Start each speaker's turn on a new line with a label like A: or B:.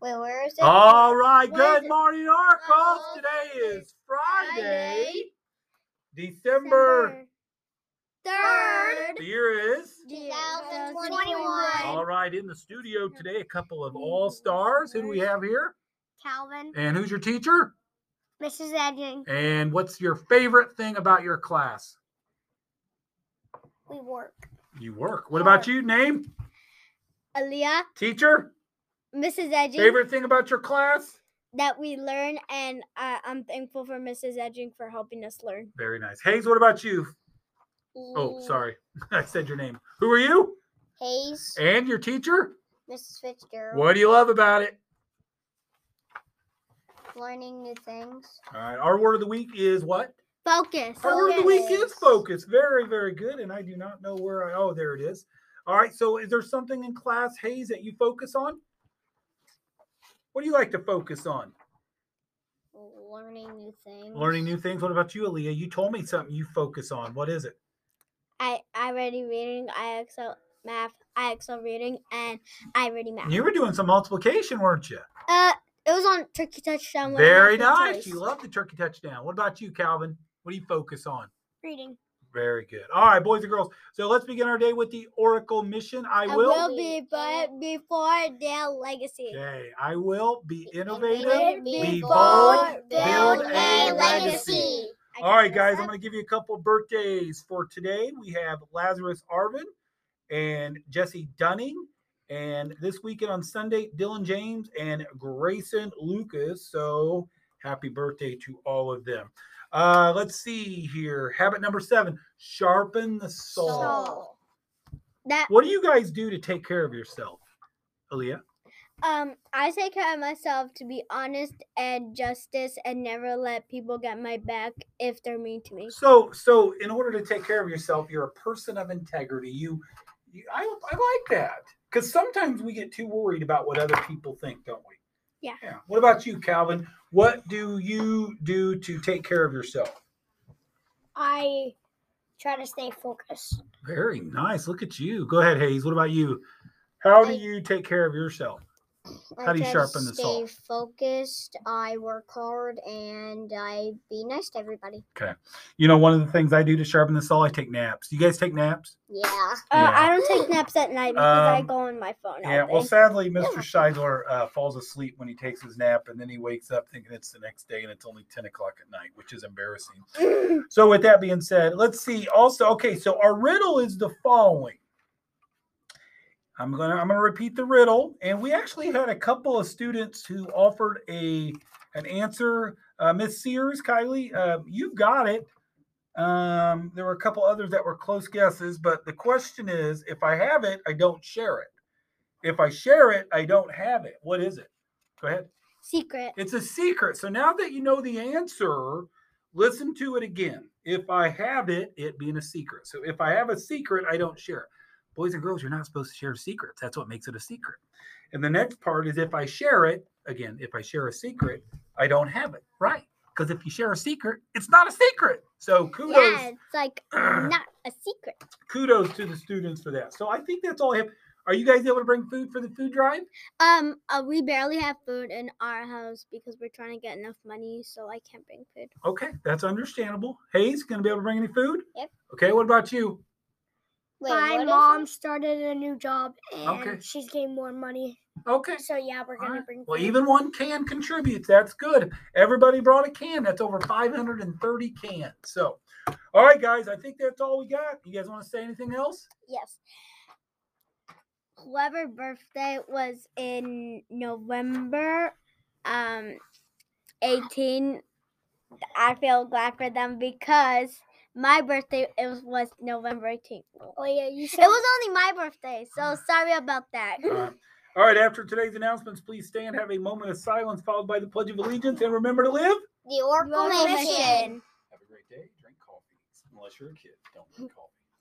A: Wait, where is it?
B: All right. Good
A: Wednesday.
B: morning, Arcos.
A: Uh-oh.
B: Today is Friday,
A: Friday,
B: December.
A: Third,
B: The year is.
A: 2021.
B: All right. In the studio today, a couple of all stars. Who do we have here?
A: Calvin,
B: And who's your teacher?
A: Mrs. Edging.
B: And what's your favorite thing about your class?
A: We work.
B: You work. What about
A: Hard.
B: you? Name?
A: Aaliyah,
B: Teacher?
A: Mrs. Edging.
B: Favorite thing about your class?
A: That we learn, and uh, I'm thankful for Mrs. Edging for helping us learn.
B: Very nice. Hayes, what about you? Oh, sorry. I said your name. Who are you?
A: Hayes,
B: And your teacher?
A: Mrs. Fitzgerald.
B: What do you love about it?
A: Learning new things.
B: All right. Our word of the week is what?
A: Focus.
B: Our word of the week is focus. Very, very good. And I do not know where I. Oh, there it is. All right. So, is there something in class, Hayes, that you focus on? What do you like to focus on?
A: Learning new things.
B: Learning new things. What about you, Aaliyah? You told me something you focus on. What is it?
A: I I ready reading. I excel math. I excel reading, and I ready math.
B: You were doing some multiplication, weren't you?
A: Uh, it was on Turkey Touchdown. when I had
B: Very
A: the
B: nice.
A: choice.
B: You love the turkey touchdown. What about you, Calvin? What do you focus on?
A: reading.
B: Very good. All right, boys and girls. So let's begin our day with the Oracle mission. I
A: I
B: will.
A: will, be, but before their legacy.
B: Okay. I will be innovative.
A: innovative,
B: Be
A: bold,
B: bold,
A: build
B: build
A: a
B: a
A: legacy.
B: legacy.
A: I
B: All
A: can
B: right,
A: do
B: guys.
A: that.
B: I'm going to give you a couple birthdays for today. We have Lazarus Arvin and Jesse Dunning. And this weekend on Sunday, Dylan James and Grayson Lucas. So happy birthday to all of them. Uh, let's see here. Habit number seven sharpen the saw.
A: So, That
B: What do you guys do to take care of yourself, Aaliyah?
A: um, I take care of myself to be honest and justice, and never let people get my back if they're mean to me.
B: So, so in order to take care of yourself, you're a person of integrity. You, you I, I like that because sometimes we get too worried about what other people think, don't we?
A: Yeah.
B: Yeah. What about you, Calvin? What do you do to take care of yourself?
A: I try to stay focused.
B: Very nice. Look at you. Go ahead, Hayes. What about you? How do
A: I-
B: you take care of yourself?
A: I
B: How do you
A: try
B: sharpen the
A: to stay
B: saw?
A: focused. I work hard and I be nice to everybody.
B: You know, one of the things I do to sharpen the saw, I take naps. You guys take naps?
A: Yeah.
B: Uh, Yeah. I
A: don't take naps at night
B: because I Um, go
A: on my phone.
B: Yeah, well, sadly, Mr. Scheidler uh, falls asleep when he takes his nap, and then he wakes up thinking it's the next day, and it's only 10 o'clock at night, which is embarrassing. So, with that being said, let's see. Also, okay, so our riddle is the following. I'm gonna I'm gonna repeat the riddle, and we actually had a couple of students who offered a an answer. Uh, Miss Sears, Kylie, uh, you got it. Um, there were a couple others that were close guesses, but the question is, if I have it, I don't share it. If I share it, I don't have it. What is it? Go ahead.
A: Secret.
B: It's a secret. So now that you know the answer, listen to it again. If I have it, it being a secret. So if I have a secret, I don't share it. Boys and girls, you're not supposed to share secrets. That's what makes it a secret. And the next part is if I share it, again, if I share a secret, I don't have it. Right. Because if you share a secret, it's not a secret. So
A: Yeah,
B: kudos.
A: it's like not a secret.
B: kudos to the students for that. So I think that's all I have. Are you guys able to bring food for the food drive?
A: Um, uh, we barely have food in our house because we're trying to get enough money, so I can't bring food.
B: Okay, that's understandable. Hayes, gonna be able to bring any food?
A: Yep.
B: Okay, what about you?
A: Wait,
C: My mom started a new job and
B: Okay.
C: she's getting more money.
B: Okay.
C: So yeah, we're
B: All
C: gonna
B: right.
C: bring.
B: Well,
C: food.
B: even one can contributes. That's good. Everybody brought a can. That's over 530 cans. So, all right, guys, I think that's all we got. You guys want to say anything else?
A: Yes. Whoever birthday was in November, um, eighteen, I feel glad for them because my birthday it was, was November eighteenth.
C: Oh yeah, you
A: It
C: said.
A: was only my birthday, so sorry about that.
B: All right. Uh, All right, after today's announcements, please stand, have a moment of silence, followed by the Pledge of Allegiance, and remember to live.
A: The Oracle
C: Mission.
B: Have a great day. Drink coffee. Unless you're a kid, don't drink coffee.